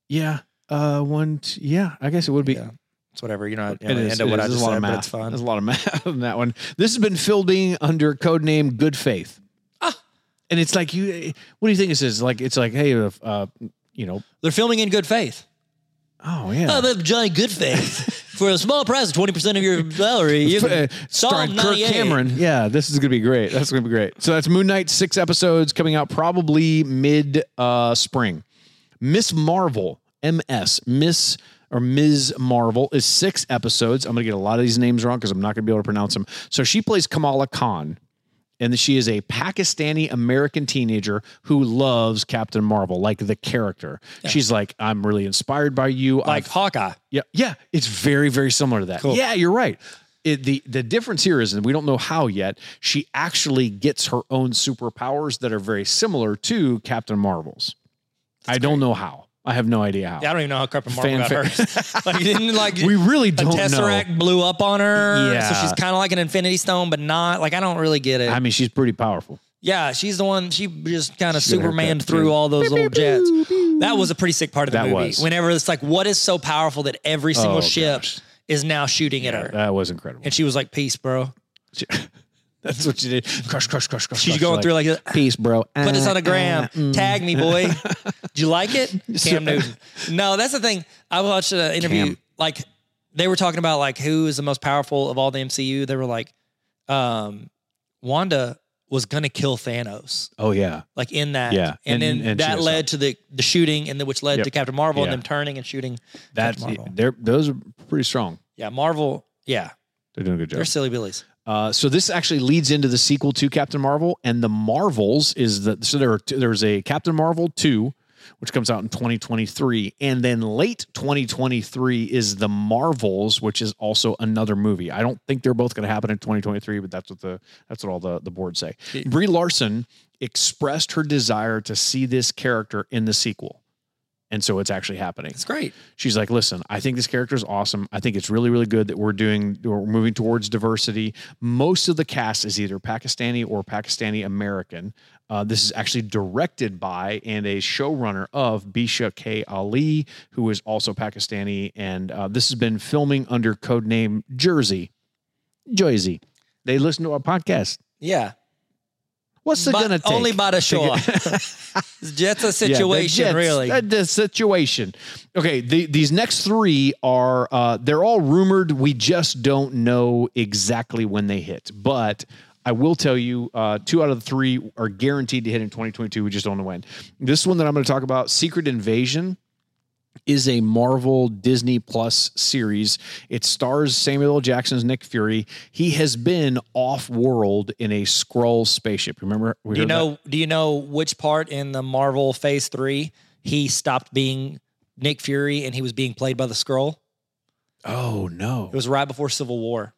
Yeah. Uh, one. T- yeah, I guess it would be. Yeah. It's whatever. You know, I It end is, up it what is. I There's just a lot said, of but math. it's There's fun. a lot of [laughs] math on that one. This has been filming under code name Good Faith. Ah. And it's like you. What do you think this is? Like it's like hey, if, uh, you know. They're filming in [laughs] good faith. Oh yeah. Oh, but Johnny [laughs] Good Faith. For a small price of twenty percent of your salary, you Uh, can Psalm starring Kirk 98. Cameron. Yeah, this is gonna be great. That's gonna be great. So that's Moon Knight six episodes coming out probably mid uh, spring. Miss Marvel, MS, Miss or Ms. Marvel, is six episodes. I'm going to get a lot of these names wrong because I'm not going to be able to pronounce them. So she plays Kamala Khan, and she is a Pakistani American teenager who loves Captain Marvel, like the character. She's like, I'm really inspired by you. Like Hawkeye. Yeah, yeah, it's very, very similar to that. Cool. Yeah, you're right. It, the The difference here is, and we don't know how yet. She actually gets her own superpowers that are very similar to Captain Marvel's. I don't know how. I have no idea how. Yeah, I don't even know how Captain Marvel got Fanfic. hers. [laughs] like, didn't like we really a don't know. tesseract blew up on her. So Yeah. she's kind of like an Infinity Stone, but not. Like I don't really get it. I mean, she's pretty powerful. yeah, she's the one. She just kind of She's gonna have Superman that through too. all those little jets. That was a pretty sick part of the That movie. was. Whenever it's like, what is so powerful that every single Oh, ship gosh. is now shooting at her, That was incredible. and she was like, "Peace, bro." She- [laughs] That's what she did. Crush, crush, crush, crush. She's crush, going through like, this, peace, bro. put this Uh, on a gram, uh, mm. tag [laughs] me, boy. Did you like it, So- Cam Newton? No, that's the thing. I watched an interview. Cam. Like they were talking about like who is the most powerful of all the MCU. They were like, um, Wanda was gonna kill Thanos. Oh yeah, Like in that, Yeah, and- and, then and she that was led to the the shooting, and then which led Yep. to Captain Marvel Yeah. and them turning and shooting. that's Marvel. they're those are pretty strong. Yeah, Marvel. Yeah, They're doing a good job. they're silly billies. Uh, so this actually leads into the sequel to Captain Marvel, and the Marvels is the so there are two, there's a Captain Marvel two, which comes out in 2023, and then late 2023 is the Marvels, which is also another movie. I don't think they're both going to happen in 2023, but that's what the that's what all the the boards say. Yeah. Brie Larson expressed her desire to see this character in the sequel, and so it's actually happening It's great. she's like, listen, I think this character is awesome. I think it's really, really good that we're doing, we're moving towards diversity. Most of the cast is either Pakistani or Pakistani American. Uh, this is actually directed by and a showrunner of Bisha K. Ali, who is also Pakistani. And uh, this has been filming under code name Jersey. Jersey. They listen to our podcast. Yeah, What's it But going to take? only by [laughs] the shore. get- That's a Yeah, the situation, Jets, really. uh, the situation. Okay, the, these next three are uh, they're all rumored. We just don't know exactly when they hit, but. I will tell you, uh, two out of the three are guaranteed to hit in 2022. We just don't know when. This one that I'm going to talk about, Secret Invasion, is a Marvel Disney Plus series. It stars Samuel L. Jackson's Nick Fury. He has been off world in a scroll spaceship. Remember? We Do you heard that? know? Do you know which part in the Marvel Phase Three he stopped being Nick Fury and he was being played by the Skrull? Oh, no. It was right before Civil War.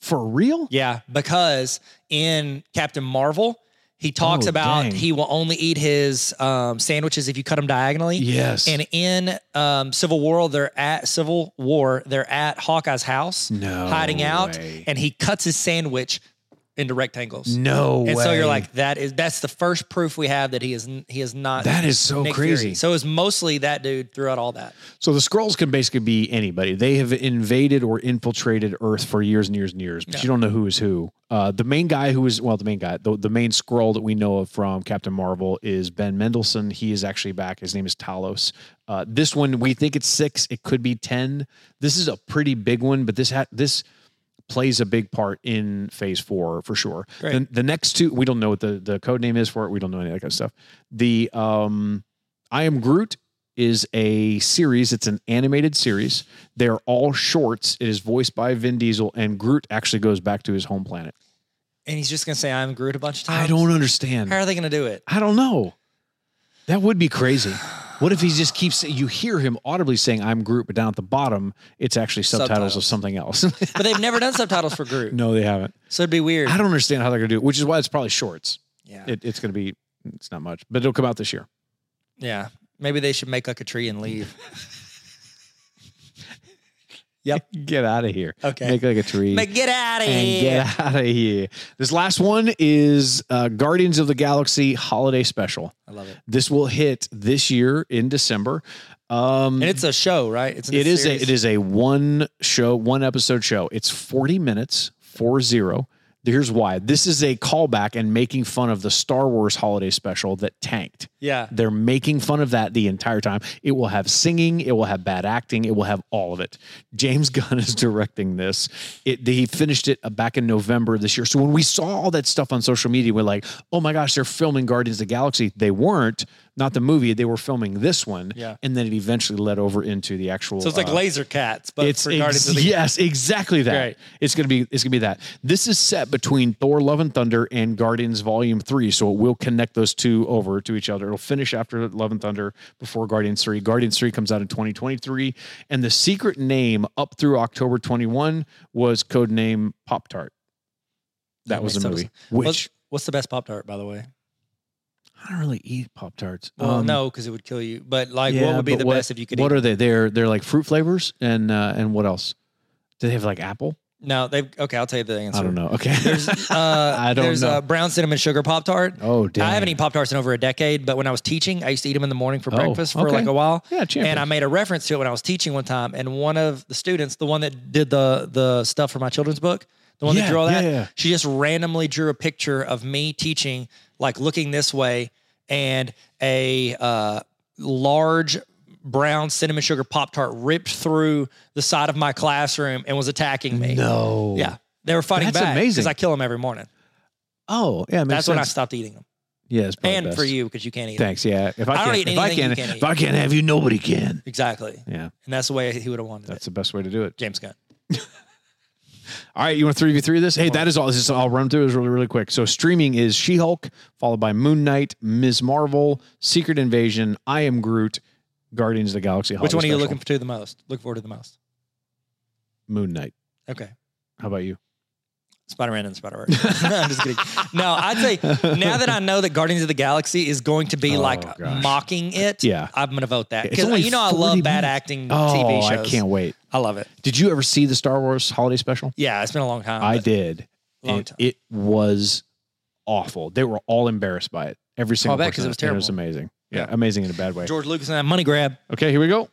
For real? Yeah, because in Captain Marvel, he talks Oh, about dang. he will only eat his um, sandwiches if you cut them diagonally. Yes. And in um, Civil War, they're at Civil War, they're at Hawkeye's house, no hiding out, way. and he cuts his sandwich into rectangles. no And so way. you're like, that is that's the first proof we have that he is he is not that is so Nick crazy. Fury. So it was mostly that dude throughout all that. So the scrolls can basically be anybody. They have invaded or infiltrated Earth for years and years and years, but Yeah. you don't know who is who. Uh, the main guy who is well, the main guy, the, the main scroll that we know of from Captain Marvel is Ben Mendelsohn. He is actually back. His name is Talos. Uh, this one we think it's six. It could be ten. This is a pretty big one, but this ha- this plays a big part in Phase Four for sure. Great. The, the next two, we don't know what the the code name is for it. We don't know any of that kind of stuff. The um, I am Groot is a series. It's an animated series. They're all shorts. It is voiced by Vin Diesel, and Groot actually goes back to his home planet. And he's just gonna say I'm Groot a bunch of times. I don't understand. How are they gonna do it? I don't know. That would be crazy. What if he just keeps? You hear him audibly saying "I'm Groot," but down at the bottom, it's actually subtitles, of Subtitles. something else. [laughs] But they've never done subtitles for Groot, no, they haven't. so it'd be weird. I don't understand how they're gonna do it, which is why it's probably shorts. yeah, It, it's gonna be. It's not much, but it'll come out this year. yeah. Maybe they should make like a tree and leave. Yep. [laughs] Get out of here. [laughs] Okay. Make like a tree. but get out of and here. get out of here. This last one is uh, Guardians of the Galaxy Holiday Special. I love it. This will hit this year in December. Um, And it's a show, right? It's it is a, it is a one show, one episode show. It's forty minutes, four zero. Here's why. This is a callback and making fun of the Star Wars Holiday Special that tanked. Yeah. They're making fun of that the entire time. It will have singing, it will have bad acting, it will have all of it. James [laughs] Gunn is directing this. It, he finished it uh, back in November this year. So when we saw all that stuff on social media, we're like, oh my gosh, they're filming Guardians of the Galaxy. They weren't. not the movie. They were filming this one, Yeah. and then it eventually led over into the actual. So it's like uh, laser cats, but it's for Guardians ex- of the yes, exactly that. Right. It's gonna be it's gonna be that. This is set between Thor: Love and Thunder and Guardians Volume Three, so it will connect those two over to each other. It'll finish after Love and Thunder before Guardians Three. Guardians Three comes out in 2023, and the secret name up through October 21 was codename Pop Tart. That That was makes the total movie. What's, Which what's the best Pop Tart, by the way? I don't really eat Pop Tarts. Well, no, because it would kill you. But like, what Um, yeah, would be but the what- best if you could What eat? are they? They're they're like fruit flavors and uh, and what else? Do they have like apple? no, they. Okay, I'll tell you the answer. I don't know. Okay. There's, uh, [laughs] I don't there's know. a brown cinnamon sugar Pop Tart. oh, damn. I haven't eaten Pop Tarts in over a decade, but when I was teaching, I used to eat them in the morning for Oh, breakfast for okay. like a while. Yeah, And I made a reference to it when I was teaching one time, and one of the students, the one that did the the stuff for my children's book, the one Yeah, that drew all yeah, that, yeah. she just randomly drew a picture of me teaching, like looking this way, and a uh, large brown cinnamon sugar pop tart ripped through the side of my classroom and was attacking me. No. Yeah, they were fighting That's back amazing. because I kill them every morning. Oh, yeah. it Makes That's when I stopped eating them, yeah, it's probably and best. for you because you can't eat them. Thanks. Yeah. If I, I don't can't, eat if I anything you can't, can't if I can't have you, nobody can. Exactly, Yeah, and that's the way he would have wanted that's it. the best way to do it. James Gunn. All right, you want three v three this? Hey, that is all. This is, I'll run through this really, really quick. So streaming is She Hulk, followed by Moon Knight, Ms. Marvel, Secret Invasion, I Am Groot, Guardians of the Galaxy. Which Holiday one are you Special, looking to the most? Look forward to the most. Moon Knight. Okay. How about you? Spider Man and Spider [laughs] [laughs] Verse. I'm just kidding. No, [laughs] I'd say now that I know that Guardians of the Galaxy is going to be Oh, like gosh. mocking it, [laughs] Yeah. I'm going to vote that. It's Because only you know, I 40 love bad minutes. acting oh, TV shows. I can't wait. I love it. Did you ever see the Star Wars Holiday Special? Yeah, it's been a long time. I but did. Long and time. it was awful. They were all embarrassed by it. Every single Oh, bet, 'cause person. it was And It was terrible. amazing. Yeah, Yeah. amazing in a bad way. George Lucas and that money grab. Okay, here we go.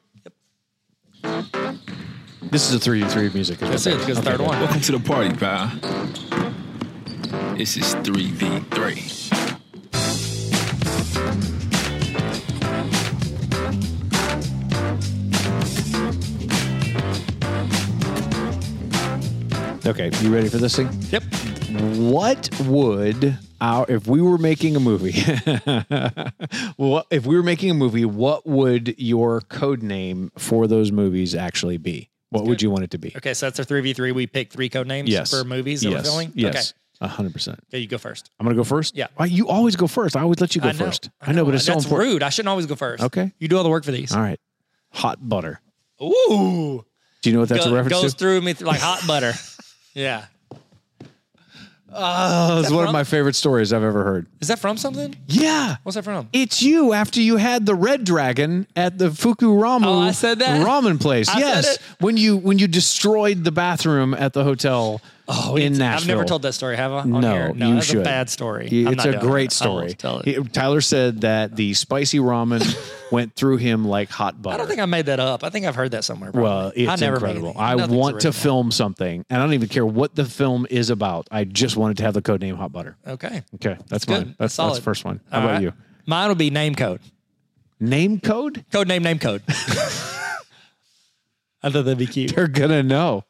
This is a three three music. is That's what it. that That's is. the third Okay, one. Welcome to the party, pal. This is 3v3. Okay, you ready for this thing? Yep. What would our if we were making a movie? [laughs] what if we were making a movie? What would your code name for those movies actually be? What would you want it to be? Okay, so that's our 3v3. We pick three code names Yes. for movies that yes. we're filming. Yes. Okay. hundred percent. Okay, you go first. I'm gonna go first. Yeah. Why, you always go first. I always let you go I know. first. I know, but it's so That's important. rude. I shouldn't always go first. Okay. You do all the work for these. All right. Hot butter. Ooh. Do you know what that's Go- a reference goes to? through me th- like hot [laughs] butter. Yeah. Oh, it's one of from- my favorite stories I've ever heard. Is that from something? Yeah. What's that from? It's you after you had the red dragon at the Fukuramu Oh, I said that? ramen place. I said yes. it? When you when you destroyed the bathroom at the hotel in I've Nashville. never told that story, have I? On no, Oh, here? you that's should. a bad story. Yeah, I'm It's not a doing great that. I won't story. tell it. He- Tyler said that the spicy [laughs] ramen went through him like hot butter. I don't think I made that up. I think I've heard that somewhere. probably. Well, it's I never made incredible. anything. I Nothing's want to original. film something, and I don't even care what the film is about. I just wanted to have the code name Hot Butter. Okay. Okay, that's good. mine. That's, that's, That's solid. the first one. How All about right. you? Mine will be name code. Name code? Code name, name code. [laughs] I thought that'd be cute. They're gonna know.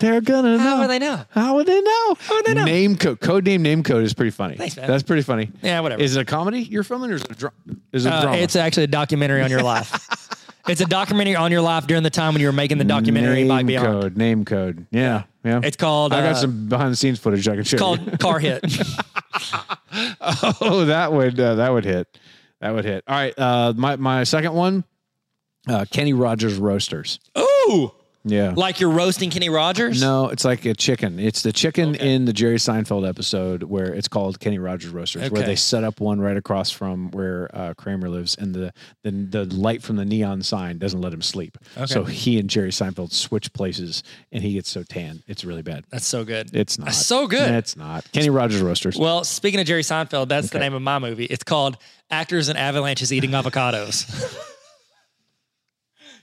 They're gonna know. Eh. How would they know? How would they know? How would they know? Name code. Code name. Name code is pretty funny. Thanks, man. That's pretty funny. Yeah, whatever. Is it a comedy you're filming, or is it a, dra- is it a Uh, drama? it's actually a documentary on [laughs] your life. it's a documentary on your life during the time when you were making the documentary name by Beyond. code. Name code. Yeah, yeah. It's called, I got uh, some behind the scenes footage I can show. you. Called Car Hit. [laughs] Oh, that would uh, that would hit. That would hit. All right. Uh, my my second one, uh, Kenny Rogers roasters. Ooh. Yeah. Like you're roasting Kenny Rogers? no, it's like a chicken. It's the chicken in the Jerry Seinfeld episode where it's called Kenny Rogers Roasters, where Okay. they set up one right across from where uh, Kramer lives, and the, the the light from the neon sign doesn't let him sleep. So he and Jerry Seinfeld switch places, and he gets so tan. It's really bad. That's so good. It's not. so good. It's not. Kenny Rogers Roasters. Well, speaking of Jerry Seinfeld, that's the name of my movie. It's called Actors and Avalanches Eating Avocados. [laughs]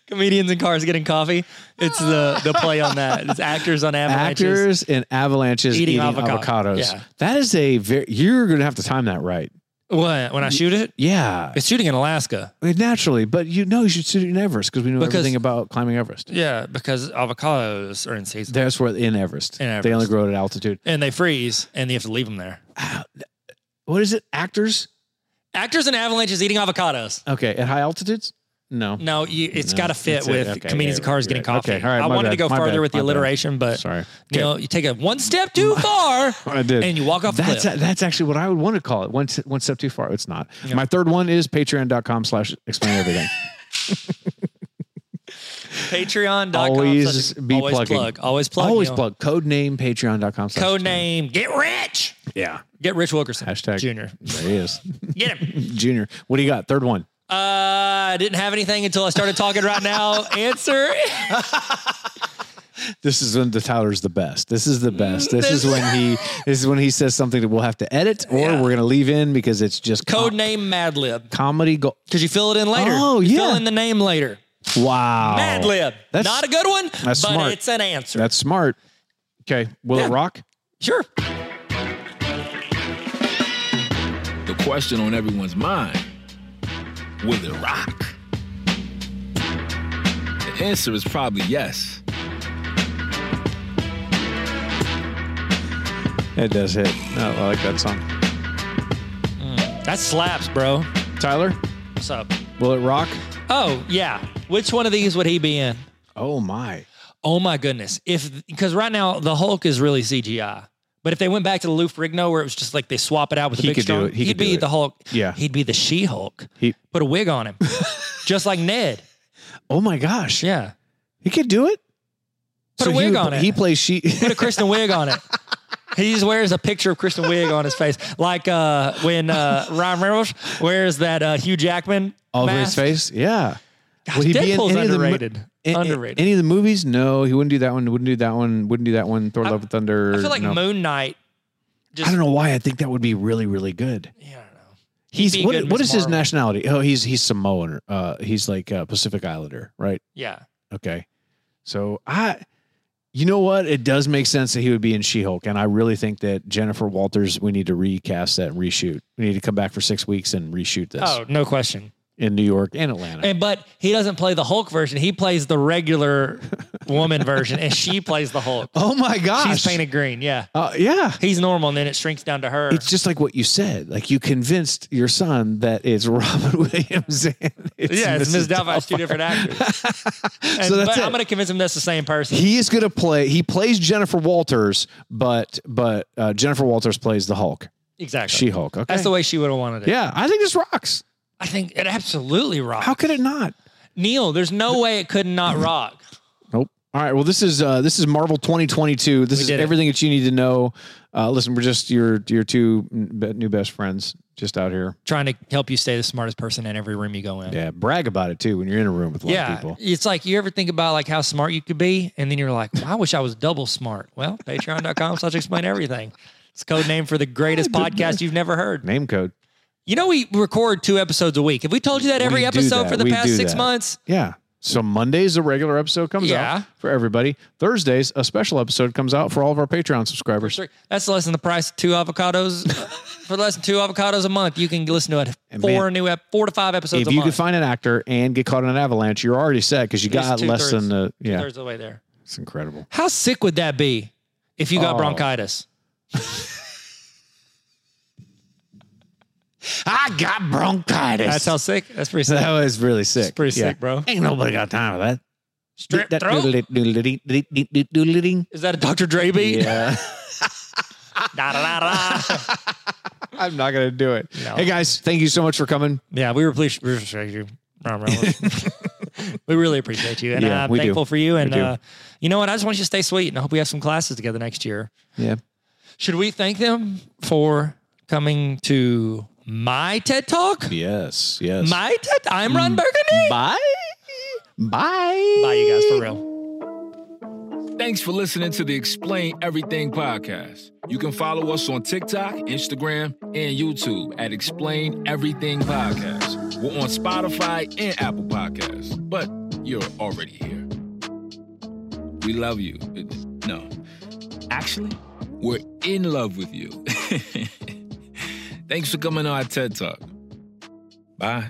Comedians in cars getting coffee. It's the the play on that. It's actors on avalanches. actors and avalanches Eating eating, avocado. avocados. Yeah. That is a very you're going to have to time that right. What? When I shoot it, Yeah, it's shooting in Alaska. naturally, naturally, but you know you should sit in Everest because we know Because- everything about climbing Everest. Yeah, because avocados are in season That's where in Everest. In they only Everest. grow at altitude. and they freeze, and you have to leave them there. What is it? Actors Actors in avalanches eating avocados. Okay, at high altitudes? No. No, you, it's No, got to fit that's it. with Okay, comedians yeah, in cars you're getting right. coffee. Okay, all right, I my wanted bad, to go my further bad, with the my bad. alliteration, but Sorry. you know, you take it one [laughs] step too far I did. and you walk off the That's cliff. that's actually what I would want to call it. One, se- one step too far. It's not. My third one is patreon.com slash explain everything. Patreon.com. Always slash- be always plugging. plug. Always [laughs] plug. Always you know. plug code name patreon.com slash Code name. Get rich. Yeah. Get Rich Wilkerson. Hashtag Junior. There he is. [laughs] Get him. Junior. What do you got? Third one. Uh, I didn't have anything until I started talking right now. Answer. This is when the Tyler's the best. This is the best. This is when [laughs] he this is when he says something that we'll have to edit or Yeah. we're gonna leave in because it's just Code com- name Mad Lib. comedy go- Because you fill it in later. Oh, You yeah. Fill in the name later. Wow. Mad Lib. That's Not a good one, but that's smart. it's an answer. that's smart. Okay. Will Yeah. it rock? sure. The question on everyone's mind will it rock? The answer is probably yes. It does hit. I Oh, I like that song. That slaps, bro. Tyler, What's up? will it rock? Oh, yeah. Which one of these would he be in? Oh my. Oh my goodness. If because right now the Hulk is really CGI. But if they went back to the Lou Ferrigno where it was just like they swap it out with He the big could do strong, it. He would could do be it. the Hulk. Yeah. He'd be the She Hulk. He- Put a [laughs] wig on him. just like Ned. Oh my gosh. Yeah. He could do it. Put a he wig would- on it. He plays she Put a Kristen Wig on it. He just wears a picture of Kristen Wig on his face. Like uh, when uh, Ryan Reynolds wears that uh, Hugh Jackman [laughs] over his mask. face. Yeah. Gosh, Would he be in Deadpool's any of the mo- underrated. A- a- underrated. Any of the movies? No, he wouldn't do that one. Wouldn't do that one. Wouldn't do that one. Thor: I- Love and Thunder. I feel like no. Moon Knight. Just I don't know why. I think that would be really, really good. Yeah, I don't know. He'd He's be what, good in what Miss is his Marvel. nationality? Oh, he's he's Samoan. or, Uh, he's like uh, Pacific Islander, right? Yeah. Okay. So I, you know what? It does make sense that he would be in She Hulk, and I really think that Jennifer Walters. We need to recast that and reshoot. We need to come back for six weeks and reshoot this Oh, no question. in New York and Atlanta. And but he doesn't play the Hulk version. He plays [laughs] the regular woman version, and she plays the Hulk. oh my gosh! She's painted green. Yeah. Uh, yeah. He's normal, and then it shrinks down to her. It's just like what you said. Like you convinced your son that it's [laughs] Robin Williams and it's yeah, it's Mrs. Ms. Doubtfire. It's two [laughs] different actors. Doubtfire. And, so that's but it. I'm going to convince him that's the same person. he is going to play. He plays Jennifer Walters, but but uh, Jennifer Walters plays the Hulk, exactly. She Hulk. Okay, That's the way she would have wanted it. yeah, I think this rocks. I think it absolutely rocks. How could it not? Neil, there's no way it could not rock. Nope. All right. Well, this is uh, this is Marvel 2022. This We is did it. everything that you need to know. Uh, listen, we're just your your two n- new best friends just out here. Trying to help you stay the smartest person in every room you go in. Yeah, brag about it too when you're in a room with a lot yeah, of people. It's like you ever think about like how smart you could be, and then you're like, well, I wish I was double smart. Well, [laughs] patreon.com slash explain everything. It's a code name for the greatest podcast you've never heard. Name code. You know, we record two episodes a week. Have we told you that We every do episode that. for the We do past six that. months? Yeah. So Monday's a regular episode comes Yeah. out for everybody. Thursdays, a special episode comes out for all of our Patreon subscribers. Three- That's less than the price of [laughs] two avocados. for less than two avocados a month, you can listen to it And four man, new ep- four to five episodes If a you month. could find an actor and get caught in an avalanche, you're already set because you got Just less than two-thirds. the yeah. Two-thirds of the way there. It's incredible. How sick would that be if you got Oh. bronchitis? I got bronchitis. That's how sick. That's pretty sick. [laughs] that was really sick. pretty Yeah. sick, bro. Ain't nobody got time for that. Strip That throat? doodly- doodly- doodly- doodly- doodly- Is that a Dr. Dre beat? Yeah. [laughs] Da, da, da, da. [laughs] I'm not gonna do it. No. Hey guys, thank you so much for coming. Yeah, we really appreciate we appreciate you. [laughs] Ron Reynolds. we really appreciate you, and Yeah, I'm we do. thankful for you. And do. uh, you know what? I just want you to stay sweet, and I hope we have some classes together next year. Yeah. Should we thank them for coming to my TED Talk? Yes. Yes. My TED. I'm Ron Burgundy. Bye. Bye. Bye, you guys, for real. Thanks for listening to the Explain Everything podcast. You can follow us on TikTok, Instagram, and YouTube at Explain Everything Podcast. We're on Spotify and Apple Podcasts, but you're already here. We love you. No, actually, we're in love with [laughs] you. Thanks for coming to our TED Talk. Bye.